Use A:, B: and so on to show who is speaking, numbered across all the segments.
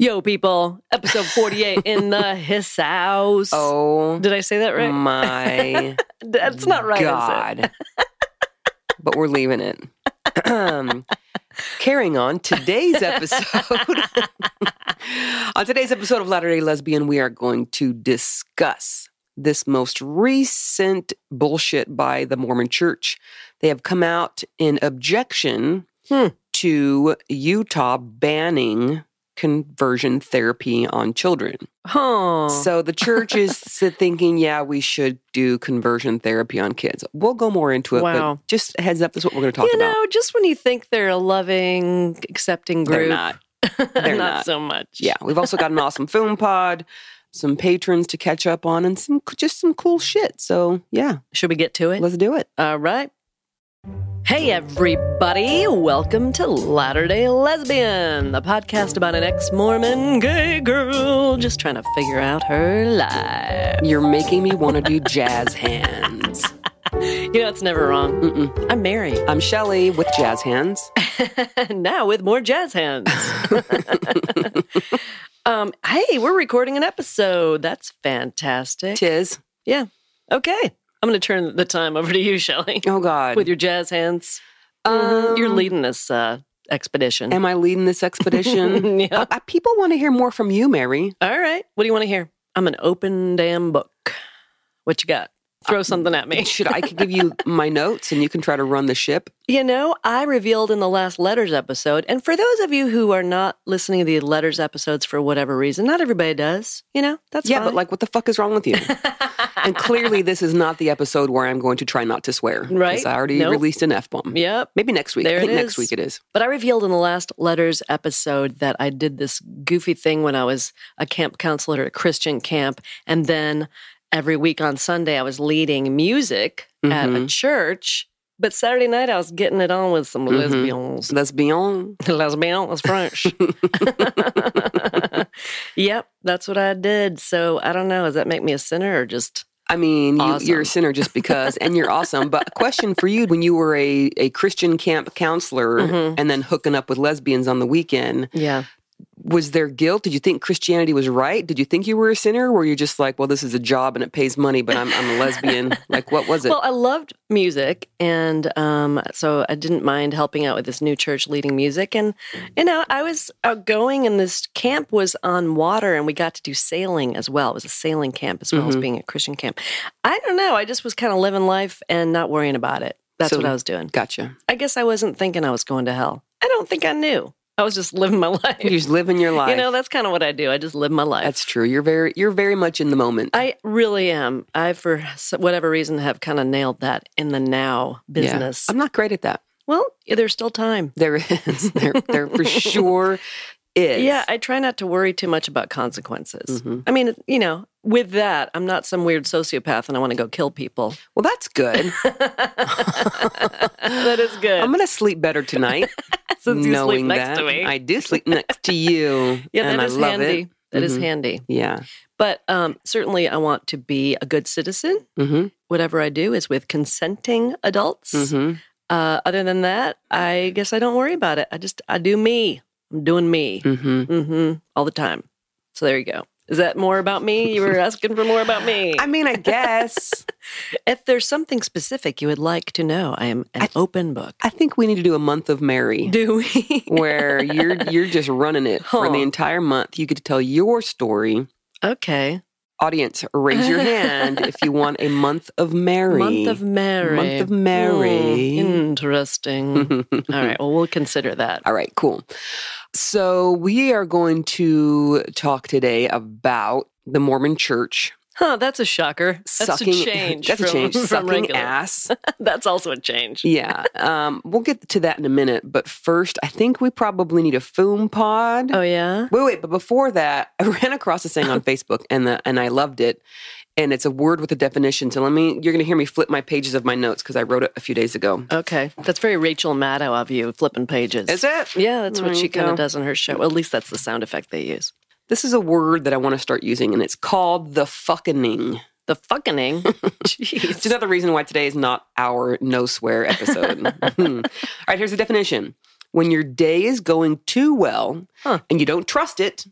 A: Yo, people, episode 48 in the Hiss House.
B: Oh
A: Did I say that right?
B: my
A: That's not right. Is
B: God. but we're leaving it. Carrying on today's episode. on today's episode of Latter day Lesbian, we are going to discuss this most recent bullshit by the Mormon Church. They have come out in objection
A: Hmm.
B: to Utah banning conversion therapy on children.
A: it? Huh.
B: So the church is s- thinking, yeah, we should do conversion therapy on kids. We'll go more into it,
A: Wow.
B: but just a heads up this is what we're going to talk
A: you
B: about.
A: know, just when you think they're a loving, accepting
B: They're
A: group,
B: not.
A: not,
B: They're not.
A: so much.
B: Yeah, we've also got an awesome film pod, some patrons to catch up on, and some just some cool shit. So yeah,
A: Should we get to it?
B: let's do it.
A: All right. Hey, everybody. Welcome to Latter day Lesbian, the podcast about an ex Mormon gay girl just trying to figure out her life.
B: You're making me want to do jazz hands.
A: You know, it's never wrong.
B: Mm-mm.
A: I'm married.
B: I'm Shelly with jazz hands.
A: now with more jazz hands. um, hey, we're recording an episode. That's fantastic.
B: Tis.
A: Okay. I'm going to turn the time over to you, Shelly,
B: Oh God.
A: with your jazz hands. Mhm. You're
B: Um,
A: leading this uh, expedition.
B: Am I leading this expedition?
A: yeah.
B: Uh, people want to hear more from you, Mary.
A: All right. What do you want to hear? I'm an open damn book. What you got?
B: Um,
A: Throw something at me.
B: Should I could give you my notes and you can try to run the ship?
A: You know, I revealed in the last letters episode, and for those of you who are not listening to the letters episodes for whatever reason, not everybody does. You know, that's
B: yeah,
A: fine.
B: but like, what the fuck is wrong with you? and clearly, this is not the episode where I'm going to try not to swear. 'cause
A: Right?
B: I already
A: Nope.
B: released an f bomb.
A: yep.
B: Maybe next week.
A: There
B: I
A: it
B: think next
A: is.
B: week it is.
A: But I revealed in the last letters episode that I did this goofy thing when I was a camp counselor at a Christian camp. And then every week on Sunday, I was leading music at a
B: Mhm.
A: church. But Saturday night, I was getting it on with some
B: Mhm.
A: lesbians.
B: Lesbian.
A: Lesbian was French. yep, that's what I did. So I don't know. Does that make me a sinner or just.
B: I mean, you,
A: Awesome.
B: you're a sinner just because, and you're awesome. But a question for you when you were a, a Christian camp counselor
A: Mhm.
B: and then hooking up with lesbians on the weekend,
A: Yeah.
B: was there guilt? Did you think Christianity was right? Did you think you were a sinner? Were you just like, well, this is a job and it pays money, but I'm, I'm a lesbian? like, what was it?
A: Well, I loved music, and um, so I didn't mind helping out with this new church leading music. And you know, I was outgoing, and this camp was on water, and we got to do sailing as well. It was a sailing camp as well as
B: Mhm.
A: being a Christian camp. I don't know. I just was kind of living life and not worrying about it. That's
B: So-
A: what I was doing.
B: gotcha.
A: I guess I wasn't thinking I was going to hell. I don't think I knew. I was just living my life.
B: You're just living your life.
A: You know, that's kind of what I do. I just live my life.
B: That's true. You're very you're very much in the moment.
A: I really am. I, for s- whatever reason, have kind of nailed that in the now
B: Yeah.
A: business.
B: I'm not great at that.
A: Well, yeah, there's still time.
B: There is there there for sure is.
A: Yeah, I try not to worry too much about consequences.
B: Mhm.
A: I mean, you know, with that, I'm not some weird sociopath and I want to go kill people.
B: Well, that's good.
A: that is good.
B: I'm gonna sleep better tonight.
A: Since you
B: knowing
A: sleep next
B: that
A: to me.
B: I do sleep next to you.
A: yeah,
B: and
A: that
B: I
A: is
B: love
A: handy. Mm-hmm.
B: it.
A: That is
B: Mhm.
A: handy.
B: Yeah.
A: But um, certainly, I want to be a good citizen.
B: hmm
A: Whatever I do is with consenting adults.
B: hmm
A: Uh, other than that, I guess I don't worry about it. I just, I do me. I'm doing me.
B: hmm
A: hmm all the time. So there you go. Is that more about me? You were asking for more about me.
B: I mean, I guess
A: if there's something specific you would like to know, I am an
B: I-
A: open book.
B: I think we need to do a month of Mary.
A: Do we?
B: Where you're you're just running it for
A: Huh.
B: the entire month. You get to tell your story.
A: okay.
B: Audience, raise your hand if you want a month of Mary.
A: Month of Mary.
B: Month of Mary.
A: Hmm, interesting. all right. Well, we'll consider that.
B: All right, cool. So we are going to talk today about the Mormon Church
A: Huh. That's a shocker. That's
B: sucking.
A: a change.
B: that's
A: from,
B: a change.
A: from
B: sucking
A: regular.
B: ass.
A: That's also a change.
B: Yeah. Um, we'll get to that in a minute. But first, I think we probably need a foam pod.
A: Oh yeah.
B: Wait, wait. But before that, I ran across this thing on Facebook, and the, and I loved it. And it's a word with a definition. So let me. You're going to hear me flip my pages of my notes because I wrote it a few days ago.
A: Okay. That's very Rachel Maddow of you, flipping pages.
B: Is it?
A: Oh. Yeah, that's what
B: There
A: she
B: you
A: kind of
B: go.
A: does in her show. At least that's the sound effect they use.
B: This is a word that I want to start using, and it's called the fucking.
A: The fuckening.
B: It's
A: Jeez.
B: another reason why today is not our no swear episode. Hmm. All right, here's the definition. When your day is going too well
A: Huh.
B: and you don't trust it,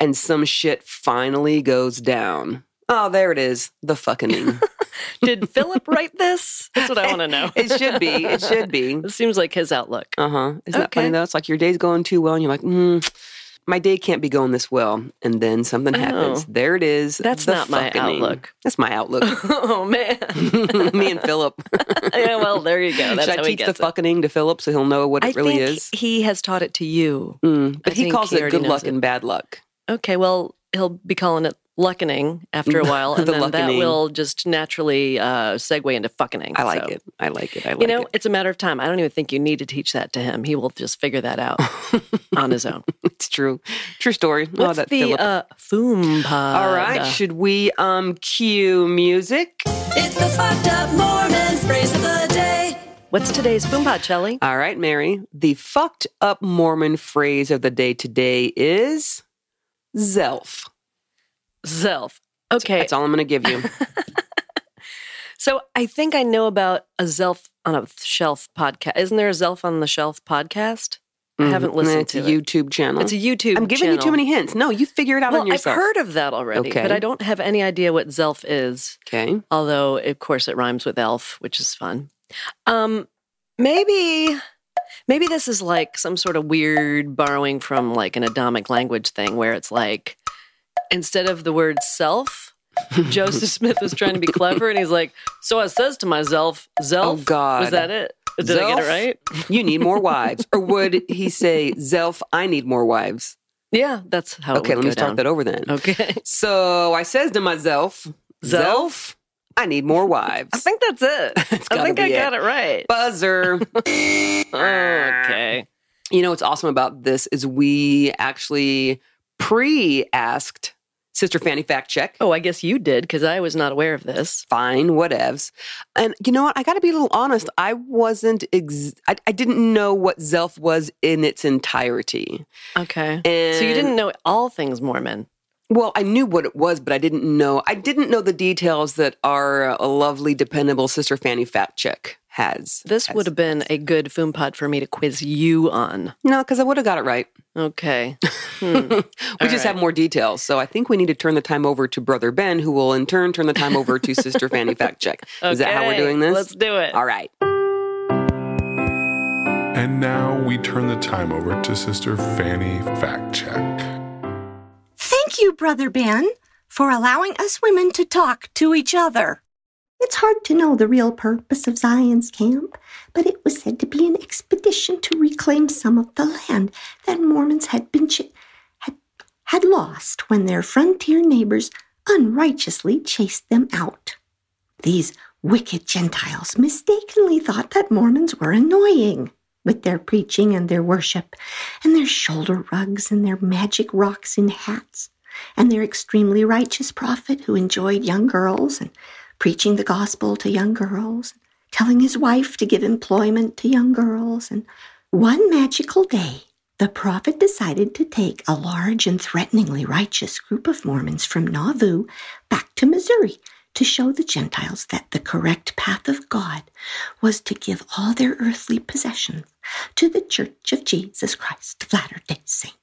B: and some shit finally goes down. Oh, there it is. The fucking.
A: Did Philip write this? That's what I want to know.
B: it should be. It should be.
A: It seems like his outlook.
B: Uh huh. Isn't that
A: Okay.
B: funny though? It's like your day's going too well, and you're like, mm, my day can't be going this well, and then something happens.
A: Oh.
B: There it is.
A: That's
B: the
A: not my
B: fuckening.
A: outlook.
B: That's my outlook.
A: oh man.
B: Me and Philip.
A: yeah, well, there you go. Oh, That's
B: Should I
A: how he
B: teach
A: gets
B: the fuckening to Philip so he'll know what
A: it.
B: it
A: I
B: really
A: think
B: is?
A: he has taught it to you.
B: Mm. But
A: I
B: he
A: think
B: calls
A: he
B: it
A: already
B: good
A: knows
B: luck
A: it.
B: and bad luck.
A: Okay, well, he'll be calling it luckening after a while, and
B: The
A: then that
B: luckening.
A: will just naturally uh, segue into fuckening.
B: I like
A: So,
B: it. I like it. I like
A: You know,
B: it.
A: it's a matter of time. I don't even think you need to teach that to him. He will just figure that out on his own.
B: It's true. True story. oh,
A: What's
B: that
A: the
B: Philip.
A: uh, foom pod?
B: All right. Should we um cue music?
C: It's the fucked up Mormon phrase of the day.
A: What's today's foom pod, Shelley?
B: All right, Mary. The fucked up Mormon phrase of the day today is Zelf.
A: Zelf. Okay,
B: That's all I'm going to give you.
A: so I think I know about a Zelf on a shelf podcast. Isn't there a Zelf on the shelf podcast? I haven't
B: Mhm.
A: listened
B: it's
A: to it.
B: a YouTube channel.
A: It's a YouTube.
B: I'm giving you
A: channel.
B: too many hints. No, you figure it out
A: Well,
B: on yourself.
A: I've heard of that already,
B: Okay.
A: but I don't have any idea what Zelf is.
B: Okay.
A: Although, of course, it rhymes with elf, which is fun. Um, maybe, maybe this is like some sort of weird borrowing from like an Adamic language thing, where it's like instead of the word self, Joseph Smith was trying to be clever, and he's like, "So I says to myself,
B: Oh,
A: zelf."
B: God.
A: was that it? Did I get it
B: Zelf?
A: right?
B: You need more wives. Or would he say, Zelf, I need more wives?
A: Yeah, that's how.
B: Okay,
A: it
B: let
A: would
B: me
A: go
B: start
A: down.
B: that over then.
A: Okay,
B: So I says to myself,
A: Zelf?
B: Zelf, I need more wives.
A: I think that's it.
B: It's
A: I
B: gotta
A: think
B: be
A: I got it right.
B: Buzzer.
A: Okay.
B: you know what's awesome about this is we actually pre-asked Sister Fanny Fact Check.
A: Oh, I guess you did because I was not aware of this.
B: Fine, whatevs. And you know what? I got to be a little honest. I wasn't, ex- I, I didn't know what Zelf was in its entirety.
A: Okay.
B: And
A: so you didn't know all things Mormon.
B: Well, I knew what it was, but I didn't know. I didn't know the details that our uh, lovely, dependable sister Fanny Fat Chick has.
A: This
B: Has-
A: would have been a good foom pod for me to quiz you on.
B: no, because I would have got it right.
A: Okay.
B: We just have more details, so I think we need to turn the time over to Brother Ben, who will in turn turn the time over to Sister Fanny Fact Check. Is that how we're
A: Okay,
B: doing this?
A: Let's do it.
B: All right.
D: And now we turn the time over to Sister Fanny Fact Check.
E: Thank you, Brother Ben, for allowing us women to talk to each other.
F: It's hard to know the real purpose of Zion's camp, but it was said to be an expedition to reclaim some of the land that Mormons had been ch- had, had lost when their frontier neighbors unrighteously chased them out. These wicked Gentiles mistakenly thought that Mormons were annoying with their preaching and their worship, and their shoulder rugs and their magic rocks in hats, and their extremely righteous prophet who enjoyed young girls and preaching the gospel to young girls, telling his wife to give employment to young girls. And one magical day, the prophet decided to take a large and threateningly righteous group of Mormons from Nauvoo back to Missouri to show the Gentiles that the correct path of God was to give all their earthly possessions to the Church of Jesus Christ of Latter day Saints.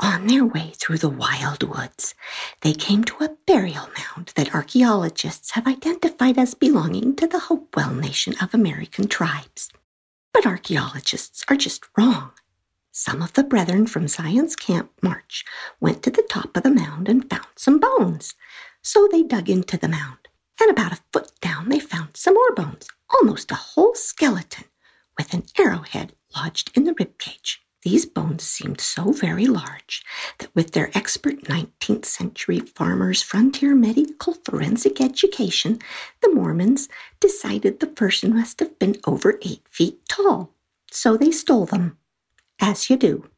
F: On their way through the wild woods, they came to a burial mound that archaeologists have identified as belonging to the Hopewell Nation of American tribes. But archaeologists are just wrong. Some of the brethren from Zion's Camp March went to the top of the mound and found some bones. So they dug into the mound, and about a foot down they found some more bones, almost a whole skeleton, with an arrowhead lodged in the ribcage. These bones seemed so very large that with their expert 19th century farmers' frontier medical forensic education, the Mormons decided the person must have been over eight feet tall. So they stole them, as you do.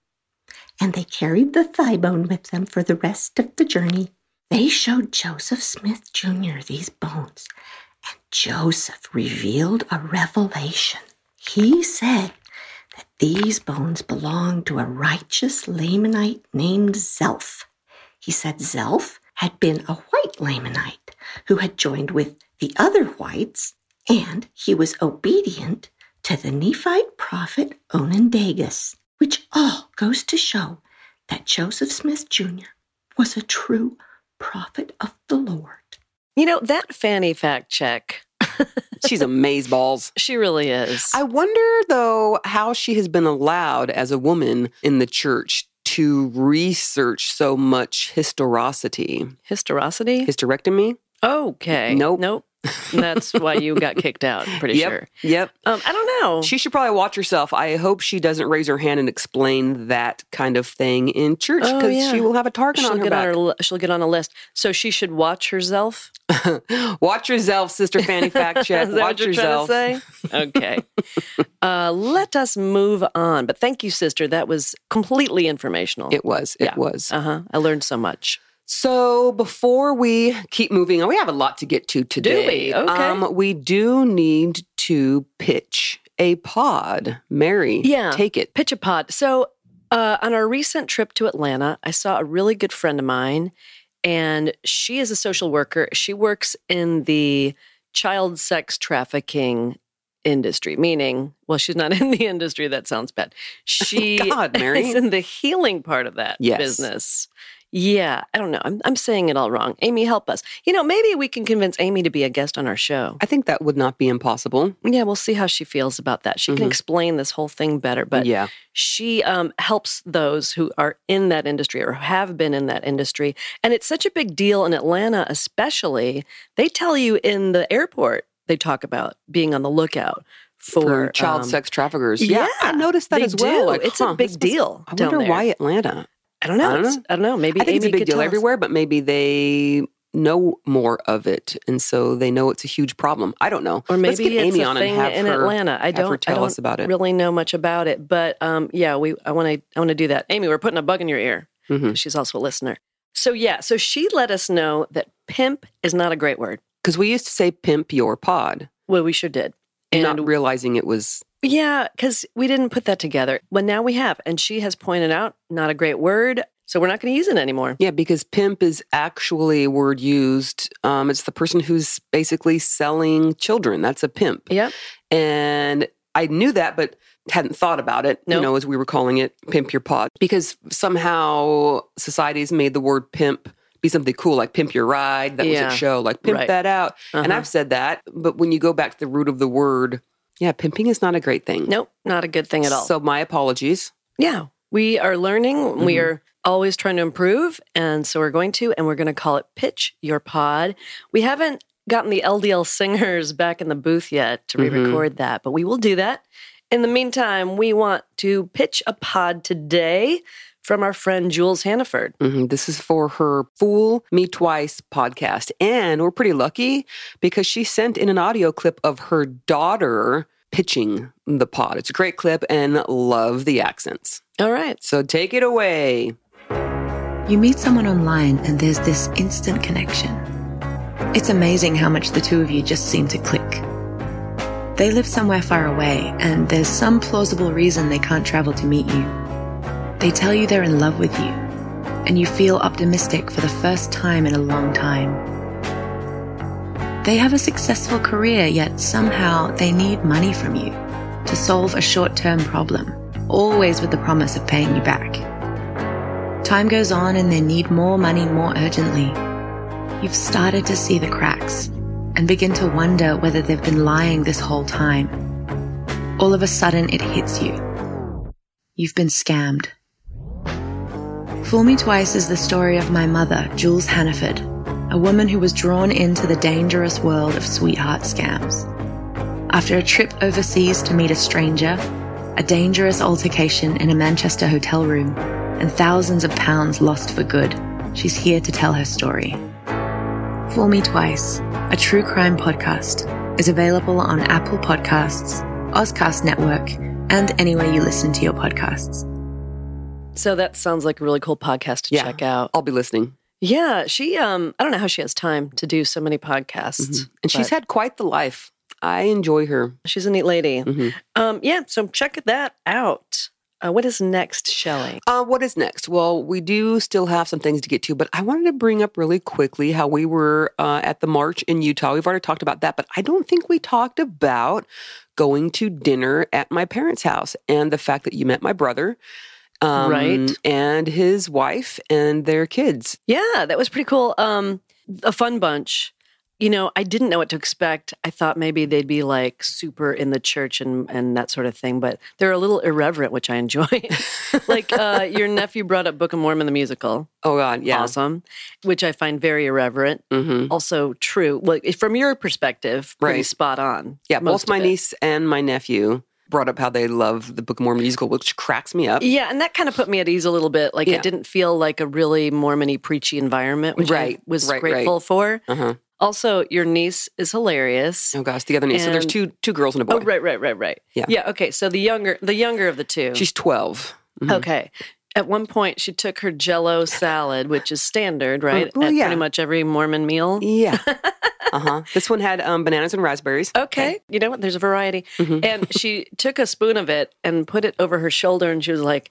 F: And they carried the thigh bone with them for the rest of the journey. They showed Joseph Smith Jr. these bones, and Joseph revealed a revelation. He said, that these bones belonged to a righteous Lamanite named Zelph. He said Zelph had been a white Lamanite who had joined with the other whites, and he was obedient to the Nephite prophet Onondagas, which all goes to show that Joseph Smith Jr. was a true prophet of the Lord.
A: You know, that Fanny fact check,
B: She's amazed balls.
A: she really is.
B: I wonder though how she has been allowed as a woman in the church to research so much historicity.
A: Historicity?
B: Hysterectomy?
A: okay.
B: Nope.
A: Nope. That's why you got kicked out, pretty
B: yep.
A: sure.
B: Yep.
A: Um, I don't know.
B: She should probably watch herself. I hope she doesn't raise her hand and explain that kind of thing in church
A: Oh,
B: because
A: yeah.
B: she will have a target
A: she'll
B: on her
A: get
B: back.
A: on her li- she'll get on a list. So she should watch herself.
B: Watch yourself, Sister Fanny Fact Check.
A: Is that
B: Watch
A: what you're trying
B: yourself.
A: to say? Okay. uh, let us move on. But thank you, sister. That was completely informational.
B: It was. It
A: Yeah.
B: was.
A: uh huh. I learned so much.
B: So before we keep moving on, we have a lot to get to today. um,
A: we? Okay.
B: we do need to pitch a pod. Mary,
A: Yeah.
B: take it.
A: Pitch a pod. So, uh, on our recent trip to Atlanta, I saw a really good friend of mine, and she is a social worker. She works in the child sex trafficking industry, meaning, well, she's not in the industry. That sounds bad. She
B: God, Mary.
A: is in the healing part of that
B: Yes.
A: business. Yeah, I don't know. I'm, I'm saying it all wrong. Amy, help us. You know, maybe we can convince Amy to be a guest on our show.
B: I think that would not be impossible.
A: Yeah, we'll see how she feels about that. She can
B: Mhm.
A: explain this whole thing better, but
B: yeah,
A: she um, helps those who are in that industry or have been in that industry. And it's such a big deal in Atlanta, especially. They tell you in the airport, they talk about being on the lookout for,
B: for child
A: um,
B: sex traffickers.
A: Yeah,
B: I noticed that
A: they
B: as well.
A: do.
B: Like,
A: it's
B: huh,
A: a big
B: this was-
A: deal.
B: I
A: down
B: wonder
A: there.
B: why Atlanta.
A: I don't know.
B: I don't
A: It's- I don't know. Maybe
B: I think
A: Amy
B: it's a big
A: could
B: deal
A: tell us.
B: everywhere, but maybe they know more of it, and so they know it's a huge problem. I don't know.
A: Or
B: Let's
A: maybe
B: get
A: it's
B: Amy
A: a
B: on
A: thing
B: and have
A: in
B: her,
A: Atlanta. I
B: have
A: don't,
B: her
A: I
B: tell
A: don't
B: us about it.
A: really know much about it, but um, yeah, we I want to I want to do that. Amy, we're putting a bug in your ear.
B: Mhm.
A: She's also a listener. So yeah, so she let us know that pimp is not a great word.
B: Because we used to say "pimp your pod,"
A: Well, we sure did. And
B: not realizing it was
A: yeah, because we didn't put that together. But now we have. And she has pointed out not a great word. So we're not going to use it anymore.
B: Yeah, because pimp is actually a word used. Um, it's the person who's basically selling children. That's a pimp.
A: Yep.
B: And I knew that, but hadn't thought about it,
A: No.
B: you know, as we were calling it pimp your pod, because somehow society has made the word pimp be something cool, like pimp your ride. That
A: Yeah.
B: was a show, like pimp
A: Right.
B: that out. And
A: Uh-huh.
B: I've said that, but when you go back to the root of the word, yeah, pimping is not a great thing.
A: Nope, not a good thing at all.
B: So my apologies.
A: yeah, we are learning. We
B: Mhm.
A: are always trying to improve. And so we're going to, and we're going to call it Pitch Your Pod. We haven't gotten the LDL singers back in the booth yet to re
B: Mhm.
A: record that, but we will do that. In the meantime, we want to pitch a pod today from our friend Jules Hannaford.
B: hmm This is for her Fool Me Twice podcast. And we're pretty lucky because she sent in an audio clip of her daughter pitching the pod. It's a great clip and love the accents.
A: All right.
B: So take it away.
G: You meet someone online and there's this instant connection. It's amazing how much the two of you just seem to click. They live somewhere far away and there's some plausible reason they can't travel to meet you. They tell you they're in love with you and you feel optimistic for the first time in a long time. They have a successful career, yet somehow they need money from you to solve a short term problem, always with the promise of paying you back. Time goes on and they need more money more urgently. You've started to see the cracks and begin to wonder whether they've been lying this whole time. All of a sudden, it hits you. You've been scammed. Fool Me Twice is the story of my mother, Jules Hannaford, a woman who was drawn into the dangerous world of sweetheart scams. After a trip overseas to meet a stranger, a dangerous altercation in a Manchester hotel room, and thousands of pounds lost for good, she's here to tell her story. Fool Me Twice, a true crime podcast, is available on Apple Podcasts, Ozcast Network, and anywhere you listen to your podcasts.
A: So that sounds like a really cool podcast to
B: Yeah.
A: check out.
B: I'll be listening.
A: Yeah, she um I don't know how she has time to do so many podcasts.
B: And she's
A: but
B: had quite the life. I enjoy her.
A: she's a neat lady.
B: Mhm.
A: Um yeah, so check that out. Uh, what is next, Shelley?
B: Uh, what is next? Well, we do still have some things to get to, but I wanted to bring up really quickly how we were uh, at the march in Utah. We've already talked about that, but I don't think we talked about going to dinner at my parents' house and the fact that you met my brother um,
A: Right.
B: and his wife and their kids.
A: Yeah, that was pretty cool. Um, a fun bunch. You know, I didn't know what to expect. I thought maybe they'd be like super in the church and and that sort of thing, but they're a little irreverent, which I enjoy. like uh, your nephew brought up Book of Mormon the musical,
B: Oh God, yeah.
A: awesome, which I find very irreverent.
B: Mm-hmm.
A: Also true, well, from your perspective, pretty
B: Right.
A: spot on.
B: Yeah,
A: most
B: both my
A: of it.
B: niece and my nephew brought up how they love the Book of Mormon musical, which cracks me up.
A: Yeah, and that kind of put me at ease a little bit. Like
B: Yeah.
A: it didn't feel like a really Mormony preachy environment, which
B: Right,
A: I was
B: right, right.
A: grateful for.
B: Uh-huh.
A: Also, your niece is hilarious.
B: Oh gosh, the other niece. so there's
A: And-
B: two two girls and a boy.
A: Oh, right, right, right, right.
B: Yeah.
A: Yeah. Okay. So the younger, the younger of the two.
B: She's 12. Mhm.
A: okay. At one point, she took her Jello salad, which is standard, right?
B: Oh, well,
A: at
B: yeah.
A: Pretty much every Mormon meal.
B: Yeah. uh-huh. This one had um, bananas and raspberries.
A: Okay. You know what? There's a variety.
B: Mhm.
A: And she took a spoon of it and put it over her shoulder, and she was like.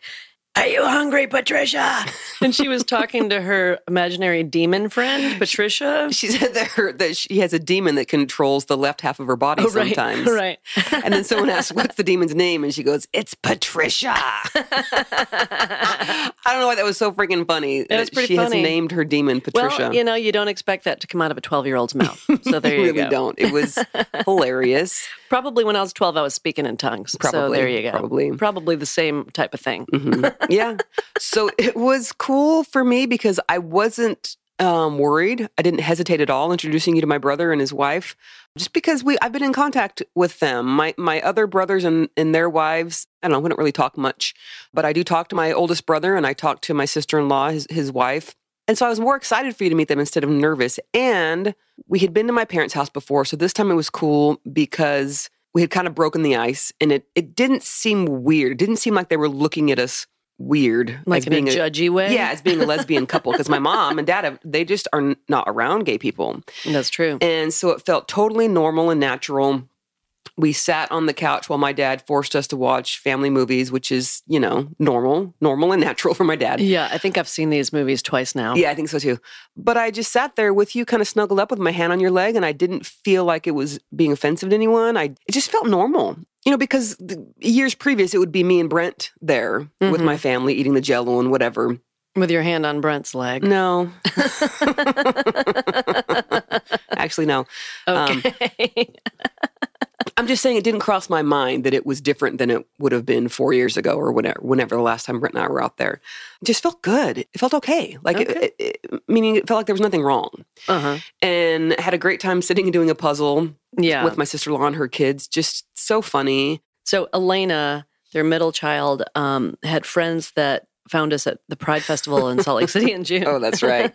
A: Are you hungry, Patricia? And she was talking to her imaginary demon friend, Patricia.
B: She said that, her, that she has a demon that controls the left half of her body
A: Oh, right,
B: sometimes.
A: right.
B: And then someone asks, What's the demon's name? And she goes, It's Patricia. I don't know why that was so freaking funny.
A: That was
B: that
A: pretty
B: she
A: funny.
B: has named her demon Patricia.
A: Well, you know, you don't expect that to come out of a 12 year old's mouth. So there you
B: really
A: go.
B: don't. It was hilarious.
A: Probably when I was 12, I was speaking in tongues. so
B: Probably,
A: there you go.
B: probably.
A: Probably the same type of thing.
B: Mhm. Yeah. so it was cool for me because I wasn't um, worried. I didn't hesitate at all introducing you to my brother and his wife, just because we I've been in contact with them. My my other brothers and, and their wives. I don't know. We don't really talk much, but I do talk to my oldest brother and I talk to my sister in law, his, his wife. And so I was more excited for you to meet them instead of nervous. And we had been to my parents' house before, so this time it was cool because we had kind of broken the ice and it, it didn't seem weird. It didn't seem like they were looking at us weird.
A: Like in a judgy way.
B: Yeah, as being a lesbian couple. Because my mom and dad, have, they just are n- not around gay people.
A: That's true.
B: And so it felt totally normal and natural. We sat on the couch while my dad forced us to watch family movies, which is, you know, normal, normal and natural for my dad.
A: yeah, I think I've seen these movies twice now.
B: Yeah, I think so too. But I just sat there with you, kind of snuggled up with my hand on your leg, and I didn't feel like it was being offensive to anyone. I it just felt normal, you know, because the years previous it would be me and Brent there with
A: Mhm.
B: my family eating the Jello and whatever.
A: With your hand on Brent's leg.
B: No, actually, no. Um,
A: okay.
B: I'm just saying it didn't cross my mind that it was different than it would have been four years ago or whenever, whenever the last time Brent and I were out there. It just felt good. It felt okay. Like, it-
A: Okay.
B: it, it, meaning it felt like there was nothing wrong.
A: uh
B: Uh-huh.
A: huh.
B: And I had a great time sitting and doing a puzzle
A: Yeah.
B: with my sister in law and her kids. Just so funny.
A: so Elena, their middle child, um, had friends that found us at the Pride Festival in Salt Lake City in June.
B: Oh, that's right.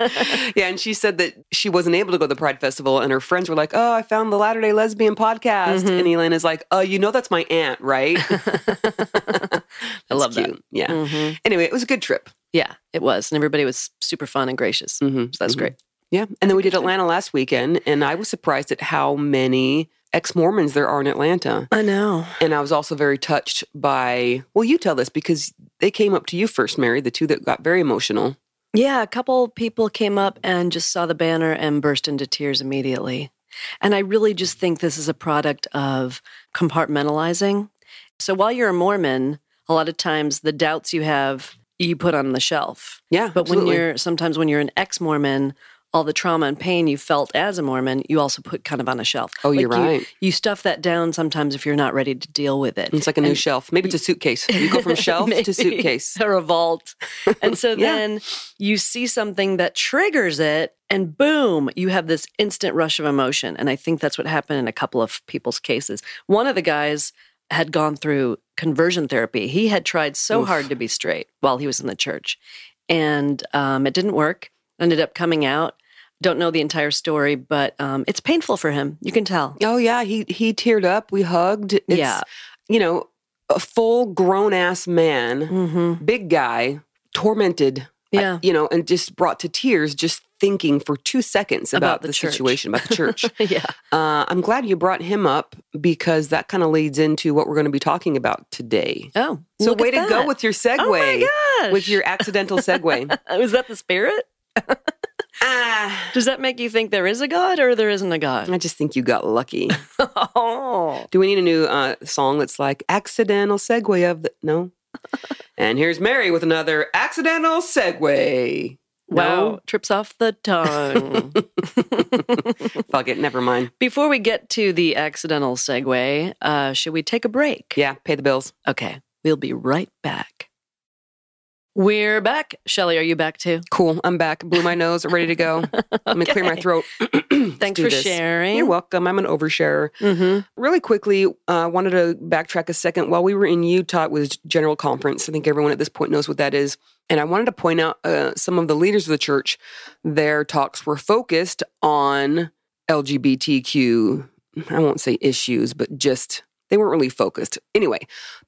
B: yeah. And she said that she wasn't able to go to the Pride Festival, and her friends were like, Oh, I found the Latter day Lesbian podcast.
A: Mhm.
B: And Elena's like, Oh, you know, that's my aunt, right?
A: I love that.
B: Cute. Yeah.
A: hmm
B: Anyway, it was a good trip.
A: Yeah, it was. And everybody was super fun and gracious. So
B: Mm-hmm.
A: that's great.
B: Yeah. And then we did Atlanta last weekend, and I was surprised at how many ex Mormons there are in Atlanta.
A: I know.
B: And I was also very touched by, well, you tell this because they came up to you first, Mary, the two that got very emotional.
A: Yeah, a couple people came up and just saw the banner and burst into tears immediately. And I really just think this is a product of compartmentalizing. So while you're a Mormon, a lot of times the doubts you have, you put on the shelf.
B: Yeah.
A: But
B: absolutely.
A: when you're sometimes when you're an ex Mormon, all the trauma and pain you felt as a Mormon, you also put kind of on a shelf.
B: Oh, you're
A: you-
B: right.
A: You, stuff that down sometimes if you're not ready to deal with it.
B: It's like a new
A: And-
B: shelf. Maybe it's a suitcase. You go from shelf
A: Maybe.
B: to suitcase.
A: a revolt. And so
B: Yeah.
A: then you see something that triggers it, and boom, you have this instant rush of emotion. And I think that's what happened in a couple of people's cases. One of the guys had gone through conversion therapy. He had tried so
B: Oof.
A: hard to be straight while he was in the church, and um, it didn't work. Ended up coming out. Don't know the entire story, but um, it's painful for him. You can tell.
B: Oh yeah, he he teared up. We hugged. It's,
A: Yeah.
B: you know, a full grown ass man,
A: hmm
B: big guy, tormented.
A: Yeah.
B: uh, you know, and just brought to tears just thinking for two seconds about,
A: About the
B: the,
A: church.
B: situation about the church.
A: yeah.
B: uh, I'm glad you brought him up because that kind of leads into what we're going to be talking about today.
A: Oh,
B: So
A: look
B: way
A: at
B: to go
A: that.
B: with your segue.
A: Oh my gosh.
B: With your accidental segue.
A: Oh, Is that the spirit?
B: ah,
A: Does that make you think there is a God or there isn't a God?
B: I just think you got lucky.
A: oh.
B: Oh. Do we need a new uh, song that's like accidental segue of the? No, And here's Mary with another accidental segue.
A: Wow,
B: No?
A: trips off the tongue.
B: Fuck it. Never mind.
A: Before we get to the accidental segue, uh, should we take a break?
B: Yeah, pay the bills.
A: Okay, we'll be right back. We're back. Shelly, are you back too?
B: Cool. I'm back. Blew my nose. Ready to go. I'm going to clear my
A: Okay.
B: throat.
A: Thanks for sharing.
B: You're welcome. I'm an oversharer.
A: hmm
B: Really quickly, uh, wanted to backtrack a second. While we were in Utah, it was General Conference. I think everyone at this point knows what that is. And I wanted to point out uh, some of the leaders of the church, their talks were focused on LGBTQ, I won't say issues, but just they weren't really focused. Anyway,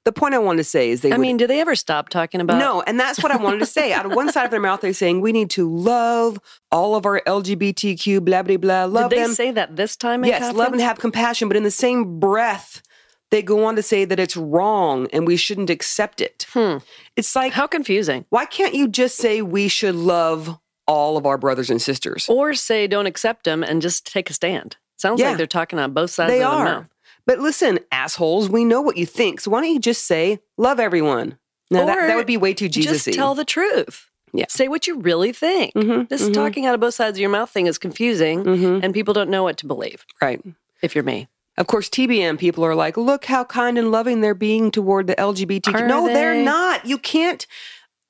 B: the point I wanted to say is they
A: I
B: would-
A: mean, do they ever stop talking about?
B: no, and that's what I wanted to say. Out of one side of their mouth, they're saying we need to love all of our LGBTQ, blah blah blah. Love
A: Did they
B: them.
A: say that this time? In
B: yes, love and
A: conference?
B: have compassion. But in the same breath, they go on to say that it's wrong and we shouldn't accept it.
A: Hmm.
B: It's like,
A: How confusing.
B: why can't you just say we should love all of our brothers and sisters?
A: Or say don't accept them and just take a stand. Sounds
B: Yeah.
A: like they're talking on both sides
B: They
A: of
B: are.
A: the mouth.
B: But listen, assholes, we know what you think. So why don't you just say love everyone? No, that,
A: Or
B: that would be way too Jesus.
A: Just tell the truth.
B: Yeah.
A: Say what you really think.
B: Mhm,
A: This
B: mhm.
A: talking out of both sides of your mouth thing is confusing
B: Mhm.
A: and people don't know what to believe
B: right.
A: if you're me.
B: Of course, TBM people are like, look how kind and loving they're being toward the LGBTQ.
A: Are
B: no, they?
A: they?
B: are not. You can't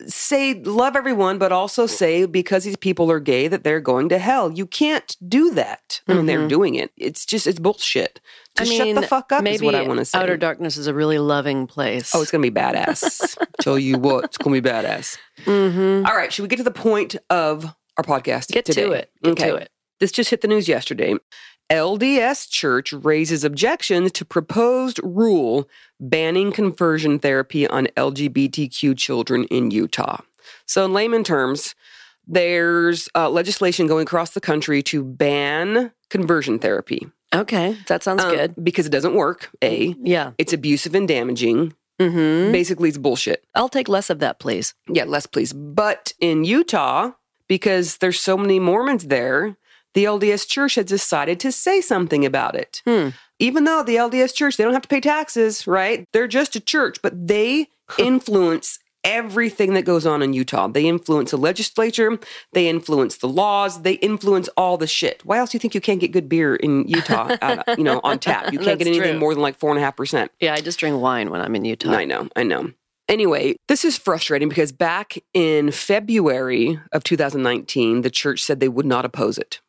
B: say love everyone, but also say because these people are gay that they're going to hell. You can't do that. I mean, they're doing it. It's just, it's bullshit.
A: Mm-hmm. I
B: Just
A: mean,
B: shut the fuck up
A: maybe
B: is what I want to say.
A: Outer darkness is a really loving place.
B: oh, it's going to be badass. Tell you what, it's going to be badass.
A: Mhm.
B: All right, should we get to the point of our podcast
A: Get
B: today?
A: to it. Get to it.
B: This just hit the news yesterday. LDS Church raises objections to proposed rule banning conversion therapy on LGBTQ children in Utah. So, in layman terms, there's uh, legislation going across the country to ban conversion therapy.
A: Okay. That sounds
B: Um,
A: good.
B: Because it doesn't work, A.
A: Yeah.
B: It's abusive and damaging.
A: hmm
B: Basically, it's bullshit.
A: I'll take less of that, please.
B: Yeah, less please. But in Utah, because there's so many Mormons there, the LDS Church has decided to say something about it.
A: Hmm.
B: Even though the LDS Church, they don't have to pay taxes, right? They're just a church, but they influence everything that goes on in Utah. They influence the legislature, they influence the laws, they influence all the shit. Why else do you think you can't get good beer in Utah, uh, you know, on tap? You can't
A: That's
B: get anything
A: true.
B: more than like four and a half percent.
A: Yeah, I just drink wine when I'm in Utah.
B: I know, I know. Anyway, this is frustrating because back in February of 2019, the church said they would not oppose it.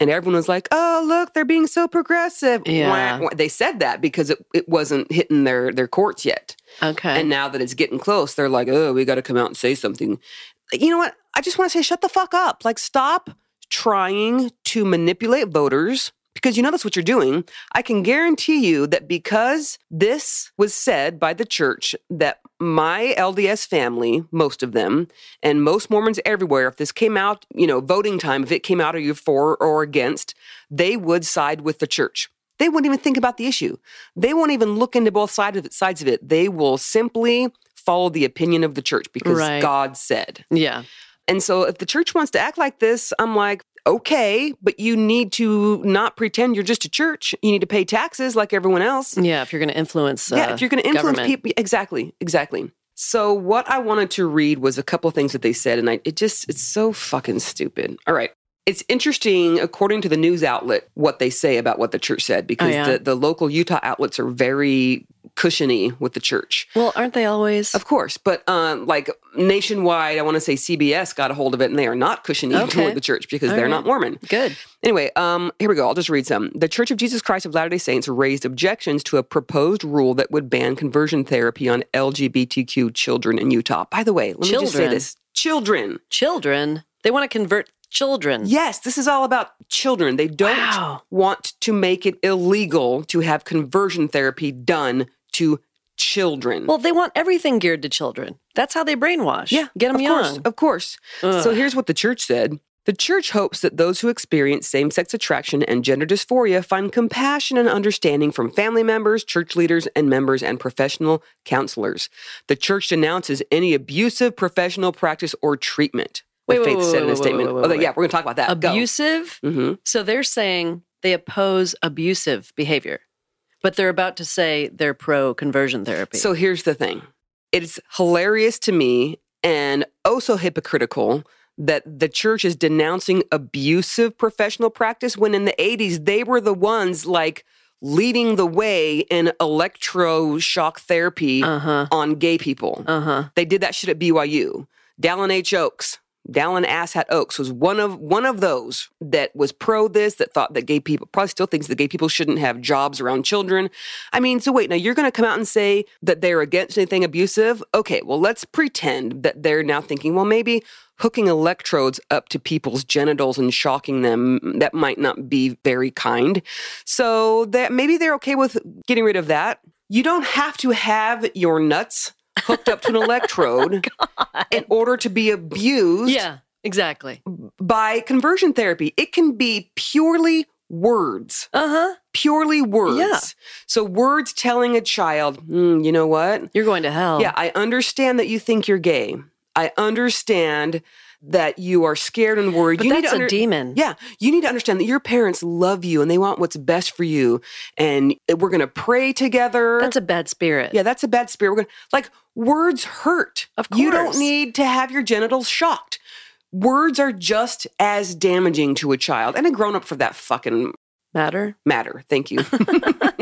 B: And everyone was like, oh, look, they're being so progressive.
A: Yeah.
B: Wah, wah. They said that because it, it wasn't hitting their, their courts yet.
A: Okay.
B: And now that it's getting close, they're like, oh, we got to come out and say something. You know what? I just want to say, shut the fuck up. Like, stop trying to manipulate voters because you know that's what you're doing. I can guarantee you that because this was said by the church that my LDS family, most of them, and most Mormons everywhere, if this came out, you know, voting time, if it came out, are you for or against, they would side with the church. They wouldn't even think about the issue. They won't even look into both sides of it, sides of it. They will simply follow the opinion of the church because
A: Right.
B: God said.
A: yeah.
B: And so if the church wants to act like this, I'm like, okay, but you need to not pretend you're just a church. You need to pay taxes like everyone else.
A: Yeah. If you're going to influence. Uh,
B: yeah, if you're going to influence
A: government.
B: people, exactly, exactly. So what I wanted to read was a couple things that they said, and I, it just it's so fucking stupid. All right. It's interesting, according to the news outlet, what they say about what the church said, because
A: Oh, yeah?
B: the, the local Utah outlets are very cushiony with the church.
A: Well, aren't they always?
B: Of course, but um, like nationwide, I want to say CBS got a hold of it, and they are not cushiony
A: Okay.
B: toward the church because
A: All
B: they're
A: right.
B: not Mormon.
A: Good.
B: Anyway, um, here we go. I'll just read some. The Church of Jesus Christ of Latter day Saints raised objections to a proposed rule that would ban conversion therapy on LGBTQ children in Utah. By the way, let me just say
A: Children.
B: this children.
A: Children. They want to convert children.
B: Yes, this is all about children. They don't
A: Wow.
B: want to make it illegal to have conversion therapy done to children.
A: Well, they want everything geared to children. That's how they brainwash.
B: Yeah,
A: Get them
B: of
A: young.
B: Course, of course. So here's what the church said. The church hopes that those who experience same sex attraction and gender dysphoria find compassion and understanding from family members, church leaders, and members and professional counselors. The church denounces any abusive professional practice or treatment.
A: Wait,
B: the
A: wait,
B: faith
A: wait,
B: said in
A: wait,
B: a
A: wait,
B: statement.
A: wait, wait,
B: Oh, yeah,
A: wait.
B: we're going to talk about that.
A: Abusive.
B: Go. Mhm.
A: So they're saying they oppose abusive behavior, but they're about to say they're pro conversion therapy.
B: So here's the thing It's hilarious to me and oh so hypocritical that the church is denouncing abusive professional practice when in the 80s they were the ones like leading the way in electroshock therapy
A: Uh huh.
B: on gay people.
A: Uh huh.
B: They did that shit at BYU. Dallin H. Oaks, Dallin Asshat Oaks was one of one of those that was pro this, that thought that gay people probably still thinks that gay people shouldn't have jobs around children. I mean, so wait, now you're gonna come out and say that they're against anything abusive? Okay, well let's pretend that they're now thinking, well, maybe hooking electrodes up to people's genitals and shocking them that might not be very kind so that maybe they're okay with getting rid of that you don't have to have your nuts hooked up to an electrode in order to be abused
A: Yeah. Exactly.
B: by conversion therapy. It can be purely words,
A: Uh huh.
B: purely words.
A: Yeah.
B: So, words telling a child, "Hmm, you know what?
A: You're going to hell.
B: Yeah, I understand that you think you're gay. I understand that you are scared and worried.
A: But
B: you
A: that's
B: need to
A: a demon.
B: yeah, you need to understand that your parents love you and they want what's best for you. And we're going to pray together.
A: That's a bad spirit.
B: Yeah, that's a bad spirit. We're gonna like words hurt.
A: Of
B: you don't
A: course.
B: need to have your genitals shocked. Words are just as damaging to a child and a grown up for that fucking
A: Matter.
B: matter. Thank you.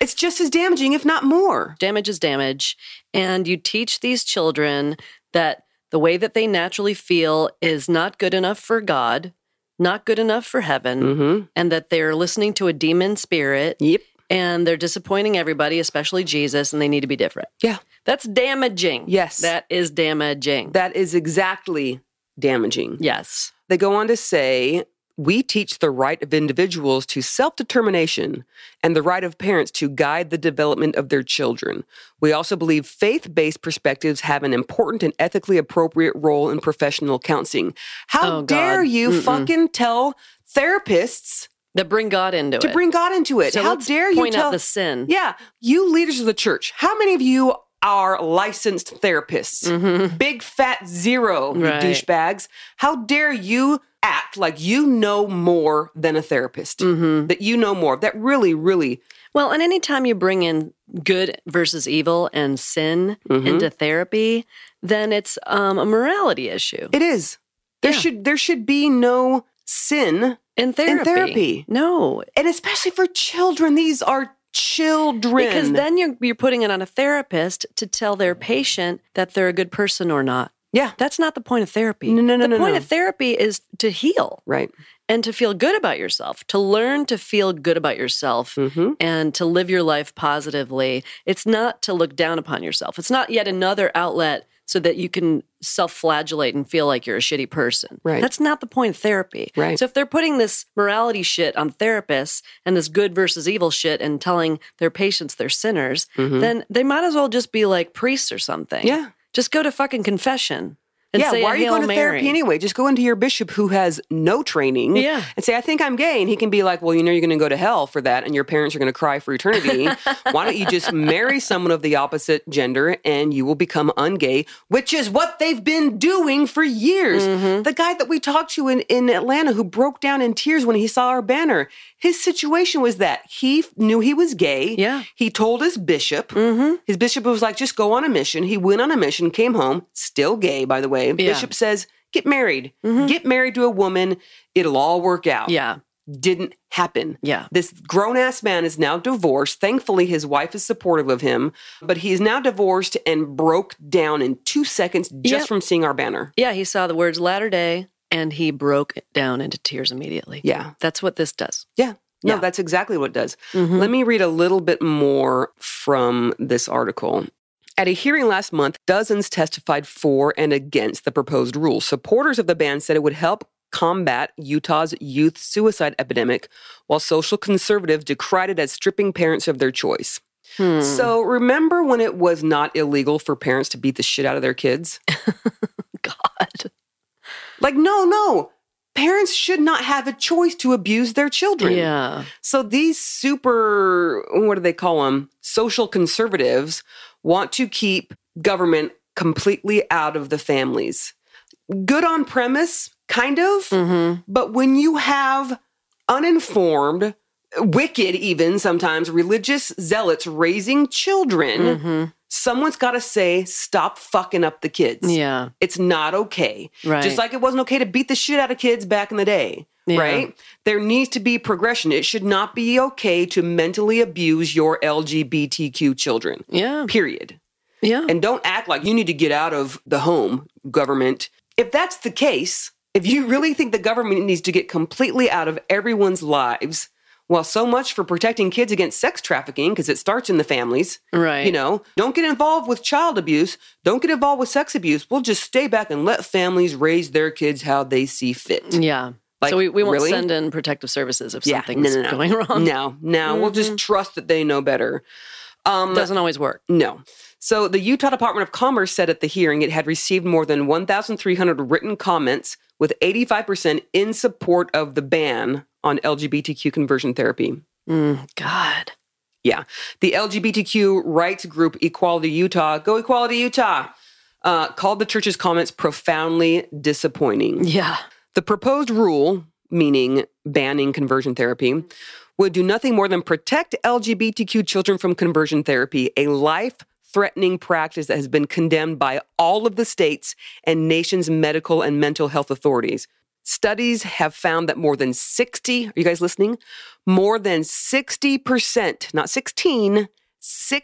B: it's just as damaging, if not more.
A: Damage is damage. And you teach these children that the way that they naturally feel is not good enough for God, not good enough for heaven,
B: Mm-hmm.
A: and that they're listening to a demon spirit
B: Yep.
A: and they're disappointing everybody, especially Jesus, and they need to be different.
B: Yeah.
A: That's damaging.
B: Yes.
A: That is damaging.
B: That is exactly damaging.
A: yes.
B: They go on to say, we teach the right of individuals to self determination and the right of parents to guide the development of their children. We also believe faith based perspectives have an important and ethically appropriate role in professional counseling. How
A: Oh, God.
B: dare you
A: Mm-mm.
B: fucking tell therapists
A: That bring God into
B: to
A: it.
B: bring God into it?
A: so
B: How
A: let's
B: dare you
A: point
B: tell
A: out the sin?
B: yeah, you leaders of the church, how many of you are licensed therapists? Big fat zero, you
A: Mm-hmm. Right.
B: douchebags. How dare you act like you know more than a therapist?
A: Mm-hmm.
B: That you know more. That really, really,
A: Well, and anytime you bring in good versus evil and sin
B: Mm-hmm.
A: into therapy, then it's um, a morality issue
B: it is. There
A: Yeah.
B: should there should be no sin,
A: in therapy.
B: therapy.
A: No,
B: and especially for children. These are children.
A: because then you're you're putting it on a therapist to tell their patient that they're a good person or not.
B: yeah,
A: That's not the point of therapy.
B: No, no, no,
A: The
B: no,
A: point
B: no.
A: of therapy is to heal
B: right.
A: and to feel good about yourself, to learn to feel good about yourself
B: Mm-hmm.
A: and to live your life positively. It's not to look down upon yourself. It's not yet another outlet so that you can self-flagellate and feel like you're a shitty person.
B: Right.
A: That's not the point of therapy.
B: Right.
A: So if they're putting this morality shit on therapists and this good versus evil shit and telling their patients they're sinners, then they might as well just be like priests or something.
B: Mm-hmm. Yeah.
A: Just go to fucking confession and
B: yeah,
A: say
B: why
A: a
B: are you
A: Hail
B: going to therapy
A: Mary.
B: anyway? Just go into your bishop who has no training
A: Yeah.
B: and say, I think I'm gay. And he can be like, Well, you know, you're going to go to hell for that, and your parents are going to cry for eternity. why don't you just marry someone of the opposite gender and you will become ungay, which is what they've been doing for years.
A: Mm-hmm.
B: The guy that we talked to in, in Atlanta who broke down in tears when he saw our banner, his situation was that he f- knew he was gay.
A: Yeah.
B: He told his bishop.
A: Mm-hmm.
B: His bishop was like, just go on a mission. He went on a mission, came home, still gay, by the way. Bishop says, get married. Get married to a woman. It'll all work out.
A: Mm-hmm. Yeah.
B: Didn't happen.
A: Yeah.
B: This grown ass man is now divorced. Thankfully, his wife is supportive of him, but he is now divorced and broke down in two seconds just
A: Yep.
B: from seeing our banner.
A: Yeah, he saw the words latter day and he broke down into tears immediately.
B: Yeah.
A: That's what this does.
B: Yeah. No,
A: Yeah. Mm-hmm.
B: that's exactly what it does. Let me read a little bit more from this article. At a hearing last month, dozens testified for and against the proposed rule. Supporters of the ban said it would help combat Utah's youth suicide epidemic, while social conservatives decried it as stripping parents of their choice.
A: Hmm.
B: So remember when it was not illegal for parents to beat the shit out of their kids?
A: God.
B: Like, no, no. Parents should not have a choice to abuse their children.
A: Yeah.
B: So these super, what do they call them? Social conservatives want to keep government completely out of the families. Good on premise, kind of, but when you have uninformed, wicked, even sometimes religious zealots raising children. Someone's got to say, stop fucking up the kids.
A: Yeah.
B: It's not okay.
A: Right.
B: Just like it wasn't okay to beat the shit out of kids back in the day.
A: Yeah.
B: Right? There needs to be progression. It should not be okay to mentally abuse your LGBTQ children.
A: Yeah.
B: Period.
A: Yeah.
B: And don't act like you need to get out of the home, government. If that's the case, if you really think the government needs to get completely out of everyone's lives, well, so much for protecting kids against sex trafficking because it starts in the families.
A: Right.
B: You know, don't get involved with child abuse. Don't get involved with sex abuse. We'll just stay back and let families raise their kids how they see fit.
A: yeah.
B: Like,
A: so we, we won't
B: really?
A: send in protective services if
B: Yeah,
A: something's going wrong. Mm-hmm.
B: No, no, we'll just trust that they know better. Um,
A: Doesn't always work.
B: No. So the Utah Department of Commerce said at the hearing it had received more than 1,300 written comments, with 85% in support of the ban on LGBTQ conversion therapy.
A: Mm, God.
B: Yeah. The LGBTQ rights group Equality Utah, go Equality Utah, uh, called the church's comments profoundly disappointing.
A: Yeah.
B: The proposed rule, meaning banning conversion therapy, would do nothing more than protect LGBTQ children from conversion therapy, a life threatening practice that has been condemned by all of the states and nation's medical and mental health authorities. Studies have found that more than 60, are you guys listening? More than 60%, not 16,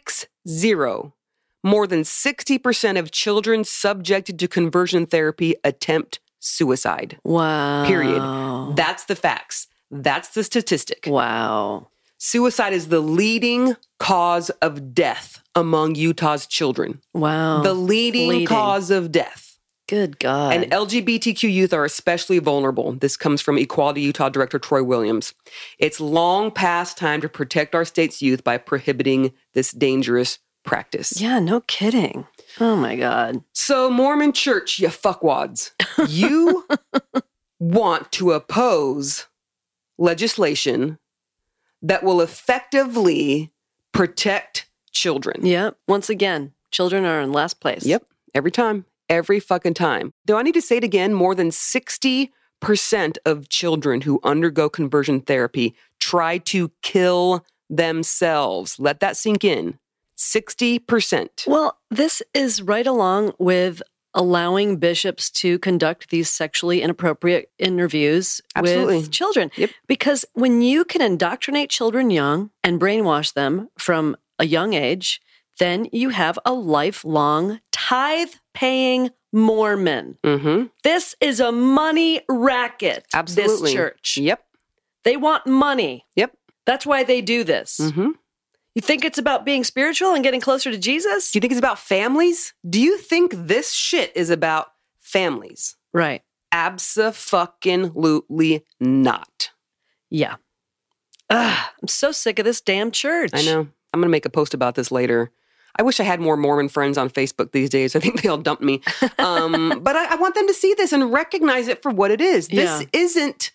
B: 60, more than 60% of children subjected to conversion therapy attempt suicide.
A: Wow.
B: Period.
A: Oh.
B: That's the facts. That's the statistic.
A: Wow.
B: Suicide is the leading cause of death among Utah's children.
A: Wow.
B: the leading,
A: leading.
B: cause of death.
A: Good God.
B: And LGBTQ youth are especially vulnerable. This comes from Equality Utah Director Troy Williams. It's long past time to protect our state's youth by prohibiting this dangerous practice.
A: yeah, no kidding. Oh my God.
B: So, Mormon church, you fuckwads, you want to oppose legislation that will effectively protect children.
A: Yep. Once again, children are in last place.
B: Yep. Every time. Every fucking time. Do I need to say it again? More than 60% of children who undergo conversion therapy try to kill themselves. Let that sink in. 60%.
A: Well, this is right along with allowing bishops to conduct these sexually inappropriate interviews
B: Absolutely.
A: with children.
B: Yep.
A: Because when you can indoctrinate children young and brainwash them from a young age, then you have a lifelong tithe paying Mormon.
B: Mm-hmm.
A: This is a money racket.
B: Absolutely.
A: This church.
B: Yep.
A: They want money.
B: Yep.
A: That's why they do this.
B: Mm-hmm.
A: You think it's about being spiritual and getting closer to Jesus?
B: Do you think it's about families? Do you think this shit is about families?
A: Right.
B: Abso-fucking-lutely not.
A: Yeah. Ugh, I'm so sick of this damn church.
B: I know. I'm going to make a post about this later. I wish I had more Mormon friends on Facebook these days. I think they all dumped me. Um, but I, I want them to see this and recognize it for what it is. This
A: Yeah.
B: isn't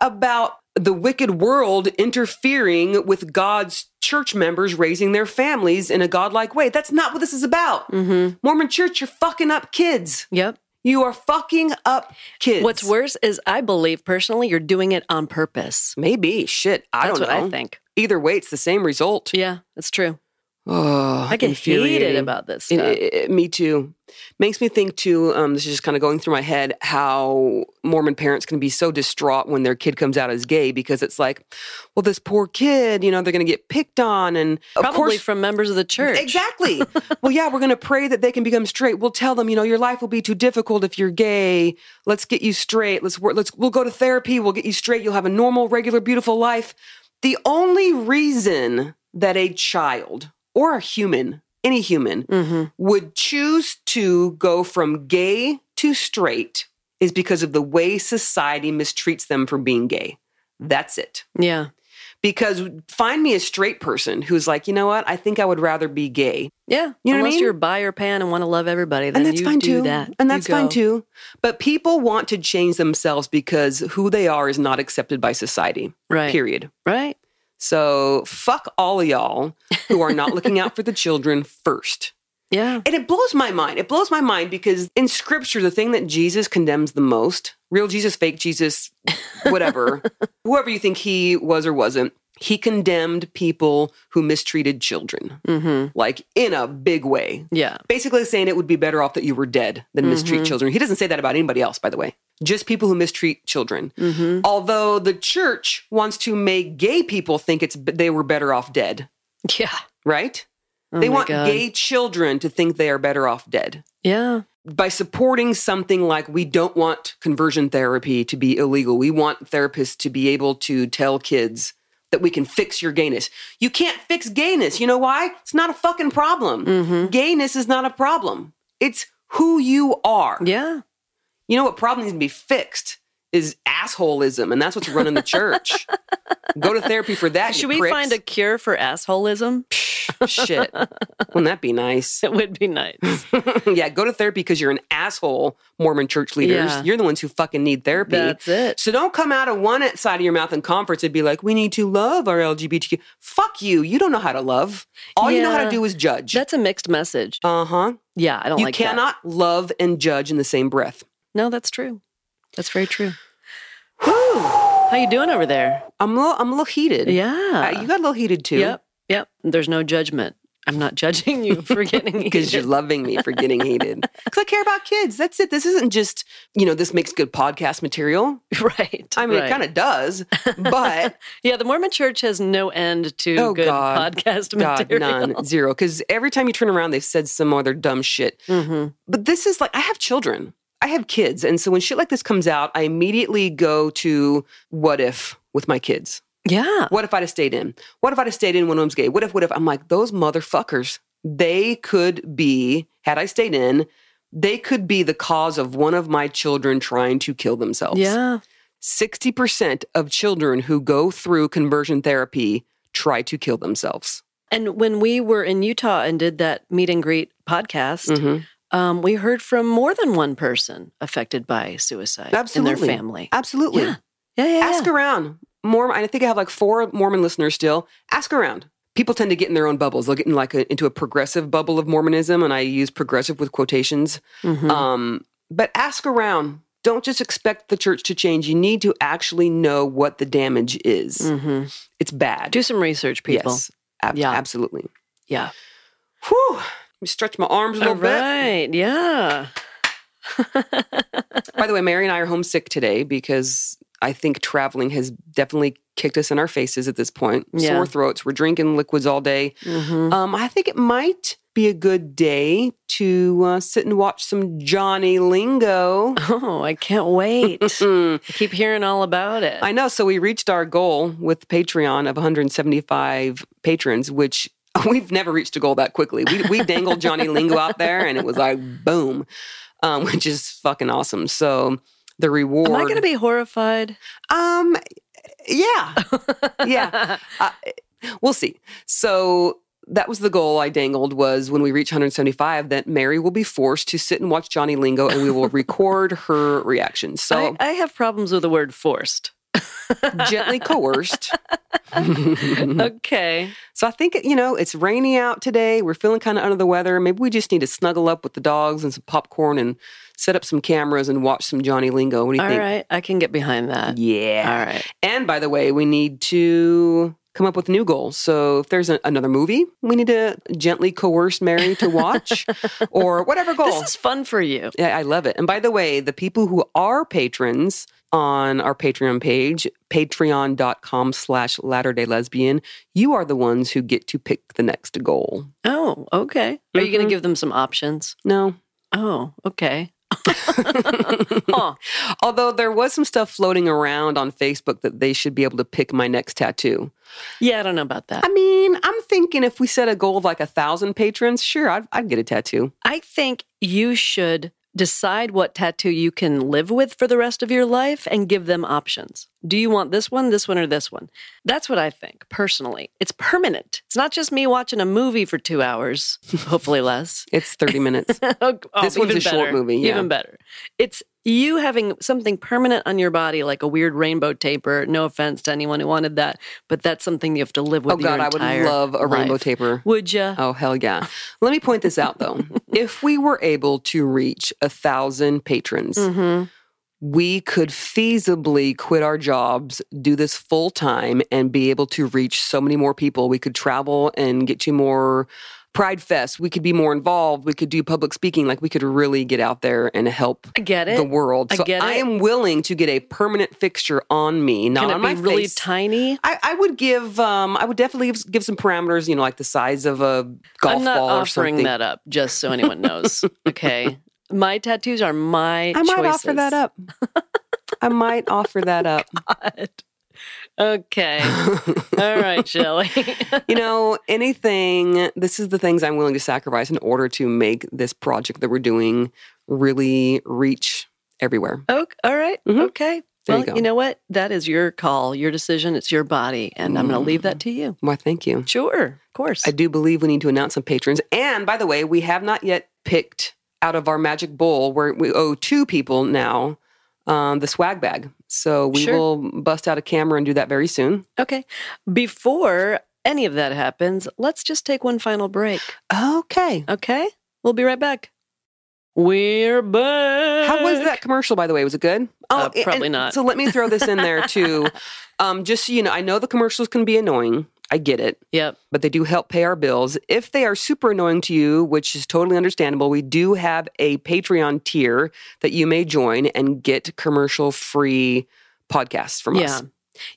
B: about the wicked world interfering with God's church members raising their families in a godlike way. That's not what this is about.
A: Mm-hmm.
B: Mormon church, you're fucking up kids.
A: Yep.
B: You are fucking up kids.
A: What's worse is I believe personally you're doing it on purpose.
B: Maybe shit. I
A: That's
B: don't
A: what
B: know.
A: I think.
B: Either way, it's the same result.
A: Yeah, that's true.
B: Oh,
A: I get heated
B: infuriating.
A: about this
B: It-
A: stuff.
B: it- it- me too. Makes me think too. Um, this is just kind of going through my head how Mormon parents can be so distraught when their kid comes out as gay because it's like, well, this poor kid, you know, they're going to get picked on, and of
A: Probably
B: course,
A: from members of the church.
B: Exactly. well, yeah, we're going to pray that they can become straight. We'll tell them, you know, your life will be too difficult if you're gay. Let's get you straight. Let's work. Let's we'll go to therapy. We'll get you straight. You'll have a normal, regular, beautiful life. The only reason that a child or a human, any human,
A: Mhm.
B: would choose to go from gay to straight is because of the way society mistreats them for being gay. That's it
A: Yeah.
B: because find me a straight person who's like, you know what? I think I would rather be gay,
A: Yeah.
B: You know what I
A: Unless
B: mean?
A: you're bi or pan and want to love everybody, then
B: and that's
A: you
B: fine
A: do
B: too.
A: that.
B: And
A: You
B: that's fine
A: go.
B: too. But people want to change themselves because who they are is not accepted by society.
A: Right.
B: Period.
A: Right.
B: So fuck all of y'all who are not looking out for the children first.
A: Yeah.
B: And it blows my mind. It blows my mind because in scripture, the thing that Jesus condemns the most real Jesus, fake Jesus, whatever, whoever you think he was or wasn't he condemned people who mistreated children,
A: Mm-hmm.
B: like in a big way.
A: Yeah.
B: Basically, saying it would be better off that you were dead than mistreat
A: Mhm.
B: children. He doesn't say that about anybody else, by the way. Just people who mistreat children.
A: Mm-hmm.
B: Although the church wants to make gay people think it's they were better off dead,
A: Yeah.
B: right?
A: Oh
B: they
A: my
B: want
A: God.
B: gay children to think they are better off dead
A: Yeah.
B: by supporting something like we don't want conversion therapy to be illegal. We want therapists to be able to tell kids that we can fix your gayness. You can't fix gayness. You know why? It's not a fucking problem.
A: Mm-hmm.
B: Gayness is not a problem. It's who you are.
A: Yeah.
B: You know what problem needs to be fixed is assholism, and that's what's running the church. Go to therapy for that.
A: Should
B: you
A: we
B: pricks.
A: find a cure for assholism?
B: shit? Wouldn't that be nice?
A: It would be nice.
B: yeah, go to therapy because you're an asshole, Mormon church leaders.
A: Yeah.
B: You're the ones who fucking need therapy.
A: That's it.
B: so don't come out of one side of your mouth in conference and be like, we need to love our LGBTQ. Fuck you. You don't know how to love. All you know how to
A: Yeah.
B: do is judge.
A: That's a mixed message.
B: uh huh.
A: Yeah, I don't
B: You
A: like that.
B: cannot love and judge in the same breath.
A: No, that's true. That's very true. Whew. How you doing over there?
B: I'm a little, I'm a little heated.
A: Yeah.
B: Uh, you got a little heated too.
A: Yep. Yep. There's no judgment. I'm not judging you for getting
B: Because you're
A: heated.
B: loving me for getting heated. Because I care about kids. That's it. This isn't just, you know, this makes good podcast material.
A: right.
B: I mean,
A: right.
B: it kind of does, but
A: Yeah, the Mormon Church has no end to
B: Oh,
A: good
B: God.
A: podcast
B: God,
A: material.
B: none, zero. Because every time you turn around, they've said some other dumb shit.
A: Mhm.
B: But this is like, I have children, I have kids. And so when shit like this comes out, I immediately go to what if with my kids?
A: Yeah.
B: What if I'd have stayed in? What if I'd have stayed in when I was gay? What if, what if? I'm like, those motherfuckers, they could be, had I stayed in, they could be the cause of one of my children trying to kill themselves.
A: Yeah.
B: 60% of children who go through conversion therapy try to kill themselves.
A: And when we were in Utah and did that meet and greet podcast,
B: Mhm.
A: um, we heard from more than one person affected by suicide in
B: Absolutely.
A: their family.
B: Absolutely.
A: Yeah, Yeah, yeah.
B: Ask
A: yeah.
B: around. Mormon, I think I have like four Mormon listeners still. Ask around. People tend to get in their own bubbles. They'll get in like a, into a progressive bubble of Mormonism, and I use progressive with quotations.
A: Mhm.
B: Um, but ask around. Don't just expect the church to change. You need to actually know what the damage is.
A: Mhm.
B: It's bad.
A: Do some research, people.
B: Yes, ab-
A: Yeah.
B: absolutely.
A: Yeah.
B: Whew. Let me stretch my arms a
A: All
B: little bit.
A: right. Yeah.
B: By the way, Mary and I are homesick today because I think traveling has definitely kicked us in our faces at this point.
A: Yeah.
B: Sore throats. We're drinking liquids all day.
A: Mhm.
B: Um, I think it might be a good day to uh, sit and watch some Johnny Lingo.
A: Oh, I can't wait. I
B: Mm.
A: keep hearing all about it.
B: I know. So we reached our goal with Patreon of 175 patrons, which we've never reached a goal that quickly. We, we dangled Johnny Lingo out there, and it was like boom, um, which is fucking awesome. So the reward.
A: Am I going to be horrified?
B: Um, yeah, yeah. Uh, we'll see. So that was the goal I dangled was when we reach 175 that Mary will be forced to sit and watch Johnny Lingo and we will record her reaction. So
A: I, I have problems with the word forced.
B: gently coerced. so
A: Okay.
B: I think you know it's rainy out today. We're feeling kind of under the weather. Maybe we just need to snuggle up with the dogs and some popcorn and set up some cameras and watch some Johnny Lingo. What do you
A: All
B: think?
A: right. I can get behind that.
B: Yeah.
A: All right.
B: And by the way, we need to come up with new goals. So if there's a, another movie, we need to gently coerce Mary to watch or whatever goal.
A: This is fun for you.
B: Yeah, I love it. And by the way, the people who are patrons on our Patreon page, patreon.com slash latter-day lesbian, you are the ones who get to pick the next goal.
A: Oh, okay. Are you going
B: Mhm.
A: to give them some options?
B: No.
A: Oh, okay.
B: Although there was some stuff floating around on Facebook that they should be able to pick my next tattoo.
A: Yeah, I don't know about that.
B: I mean, I'm thinking if we set a goal of like a thousand patrons, sure, I'd, I'd get a tattoo.
A: I think you should decide what tattoo you can live with for the rest of your life and give them options. Do you want this one, this one, or this one? That's what I think personally. It's permanent. It's not just me watching a movie for two hours, hopefully less.
B: It's 30 minutes.
A: Oh, oh,
B: This one's
A: even
B: a short
A: better.
B: movie, yeah.
A: Even better. It's you having something permanent on your body, like a weird rainbow taper. No offense to anyone who wanted that, but that's something you have to live with.
B: oh, God,
A: your
B: I would
A: entire
B: love a rainbow
A: life.
B: taper.
A: Would you?
B: Oh, hell yeah. Let me point this out though. if we were able to reach a thousand patrons,
A: Mm-hmm.
B: we could feasibly quit our jobs, do this full time, and be able to reach so many more people. We could travel and get to more Pride Fest. We could be more involved. We could do public speaking. Like we could really get out there and help
A: I get it.
B: the world.
A: I
B: so
A: get
B: I
A: it.
B: am willing to get a permanent fixture on me, not
A: Can
B: on
A: it
B: my
A: be really
B: face.
A: tiny?
B: I, I would give. Um, I would definitely give, give some parameters. You know, like the size of a golf
A: I'm not
B: ball or
A: offering
B: something.
A: that up, just so anyone knows. okay. My tattoos are my
B: I might offer
A: choices.
B: that up. I might offer that up.
A: Okay. All right, Shelly.
B: you know, anything. This is the things I'm willing to sacrifice in order to make this project that we're doing really reach everywhere.
A: okay. All right.
B: Mhm.
A: Okay.
B: There you
A: well,
B: go.
A: know what? That is your call, your decision. It's your body. And I'm going to leave that to you.
B: Why? Thank you.
A: Sure. Of course.
B: Mm. I do believe we need to announce some patrons. And by the way, we have not yet picked out of our magic bowl where we owe two people now um, the swag bag. So we
A: Sure.
B: will bust out a camera and do that very soon.
A: okay. Before any of that happens, let's just take one final break.
B: Okay.
A: Okay. We'll be right back. We're back.
B: How was that commercial, by the way? Was it good? Oh,
A: Uh,
B: and-
A: probably not.
B: So let me throw this in there too. um, just so you know, I know the commercials can be annoying. I get it.
A: Yep.
B: but they do help pay our bills. If they are super annoying to you, which is totally understandable, we do have a Patreon tier that you may join and get commercial free podcasts from
A: Yeah.
B: us.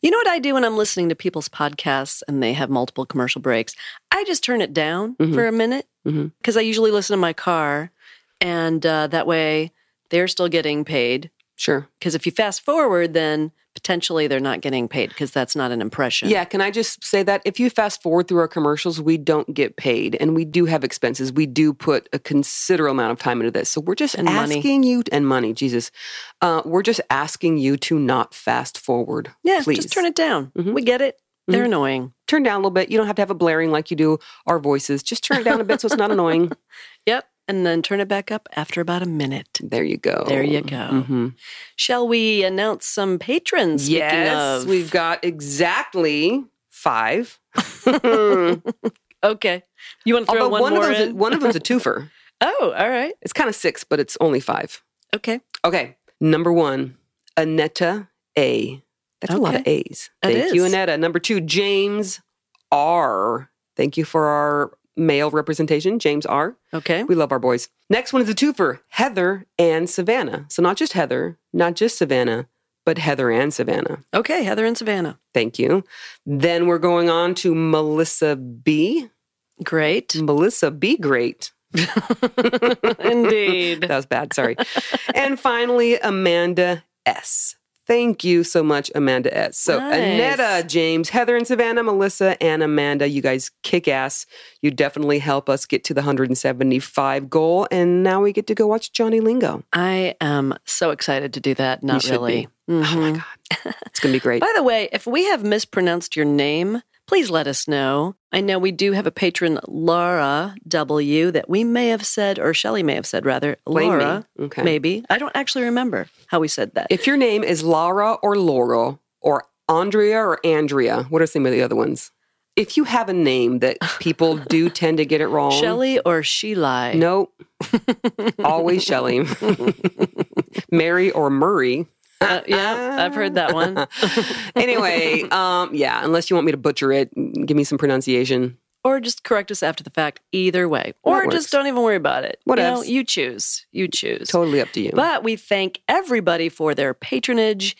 A: You know what I do when I'm listening to people's podcasts and they have multiple commercial breaks? I just turn it down
B: Mhm.
A: for a minute because
B: Mhm.
A: I usually listen in my car, and uh, that way they're still getting paid.
B: Sure.
A: Because if you fast forward, then potentially they're not getting paid because that's not an impression.
B: Yeah. Can I just say that if you fast forward through our commercials, we don't get paid and we do have expenses. We do put a considerable amount of time into this. So we're just
A: And money.
B: asking you and money, Jesus. Uh, we're just asking you to not fast forward.
A: yeah.
B: Please
A: Just turn it down.
B: Mhm.
A: We get it. They're
B: Mhm.
A: annoying.
B: turn down a little bit. You don't have to have it blaring like you do our voices. Just turn it down a bit so it's not annoying.
A: Yep. And then turn it back up after about a minute.
B: There you go.
A: There you go.
B: Mhm.
A: Shall we announce some patrons? Speaking
B: Yes,
A: of-
B: we've got exactly five. Although
A: Okay. You want to throw one,
B: one, of
A: more
B: them's a,
A: in?
B: one of them's a twofer.
A: Oh, all right.
B: It's kind of six, but it's only five.
A: Okay.
B: Okay, number one, Anetta A. That's a lot of A's.
A: That
B: Thank you,
A: is.
B: Anetta. Number two, James R. Thank you for our male representation, James R.
A: Okay.
B: We love our boys. Next one is a twofer Heather and Savannah. So, not just Heather, not just Savannah, but Heather and Savannah.
A: Okay, Heather and Savannah.
B: Thank you. Then we're going on to Melissa B.
A: Great.
B: Melissa B. Great.
A: Indeed.
B: Mm. That was bad. Sorry. and finally, Amanda S. Thank you so much, Amanda S. So,
A: Nice.
B: Annetta, James, Heather, and Savannah, Melissa, and Amanda, you guys kick ass. You definitely help us get to the 175 goal. And now we get to go watch Johnny Lingo.
A: I am so excited to do that. Not
B: should
A: really.
B: Oh my
A: Mhm.
B: God. It's going to be great.
A: By the way, if we have mispronounced your name, please let us know. I know we do have a patron, Laura W., that we may have said, or Shelley may have said rather,
B: Blame me.
A: Laura,
B: Okay.
A: maybe. I don't actually remember how we said that.
B: If your name is Laura or Laurel or Andrea or Andrea, what are some of the other ones? If you have a name that people do tend to get it wrong,
A: Shelley or Sheila.
B: Nope. Always Shelley. Mary or Murray.
A: Uh, yeah, I've heard that one.
B: anyway, um, yeah, unless you want me to butcher it, give me some pronunciation.
A: or just correct us after the fact, either way. Or
B: That works.
A: just don't even worry about it.
B: What
A: you know,
B: else?
A: you choose. You choose.
B: Totally up to you.
A: But we thank everybody for their patronage.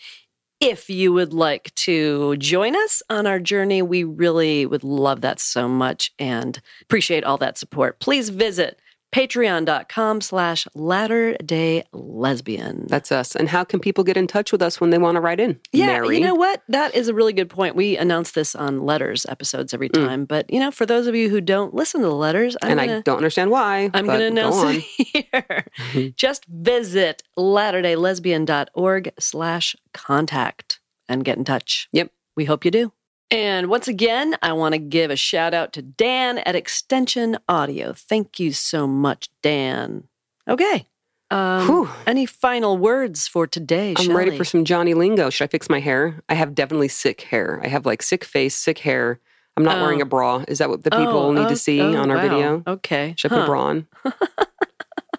A: If you would like to join us on our journey, we really would love that so much and appreciate all that support. Please visit patreon.com slash latter day lesbian.
B: That's us. And how can people get in touch with us when they want to write in?
A: Yeah,
B: Mary.
A: you know what? That is a really good point. We announce this on letters episodes every time, but you know, for those of you who don't listen to the letters, I'm
B: Mm. and
A: gonna,
B: I don't understand why.
A: I'm
B: but
A: going to
B: go
A: announce
B: on. Mm-hmm.
A: it here. Just visit latterdaylesbian.org slash contact and get in touch.
B: Yep.
A: We hope you do. And once again, I want to give a shout out to Dan at Extension Audio. Thank you so much, Dan. Okay. Um,
B: Whew.
A: any final words for today?
B: I'm ready
A: Shelley?
B: for some Johnny Lingo. Should I fix my hair? I have definitely sick hair. I have like sick face, sick hair. I'm not
A: Oh.
B: wearing a bra. Is that what the people
A: Oh,
B: need
A: oh,
B: to see
A: oh,
B: on our
A: wow.
B: video?
A: Okay.
B: Should I put
A: Huh.
B: a bra on?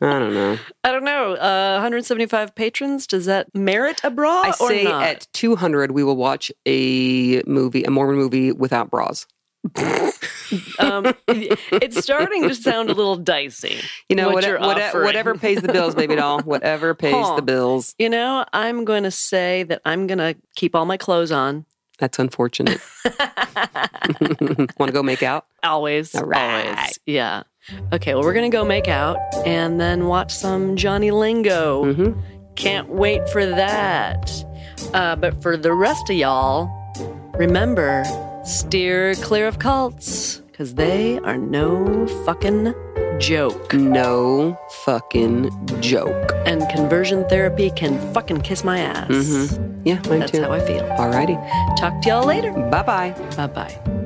B: I don't know.
A: I don't know. Uh, 175 patrons. Does that merit a bra?
B: I
A: or
B: say
A: not?
B: at 200, we will watch a movie, a Mormon movie without bras.
A: um, it's starting to sound a little dicey.
B: You know,
A: what e,
B: whatever,
A: you're offering.
B: whatever pays the bills, baby doll. Whatever pays
A: Huh.
B: the bills.
A: You know, I'm going to say that I'm going to keep all my clothes on.
B: That's unfortunate. Want to go make out?
A: Always.
B: All right.
A: Always. Yeah. Okay, well, we're going to go make out and then watch some Johnny Lingo.
B: Mhm.
A: Can't wait for that. Uh, but for the rest of y'all, remember steer clear of cults because they are no fucking joke.
B: No fucking joke.
A: And conversion therapy can fucking kiss my ass.
B: Mhm. Yeah, mine
A: That's
B: too.
A: how I feel.
B: Alrighty.
A: Talk to y'all later.
B: Bye bye.
A: Bye bye.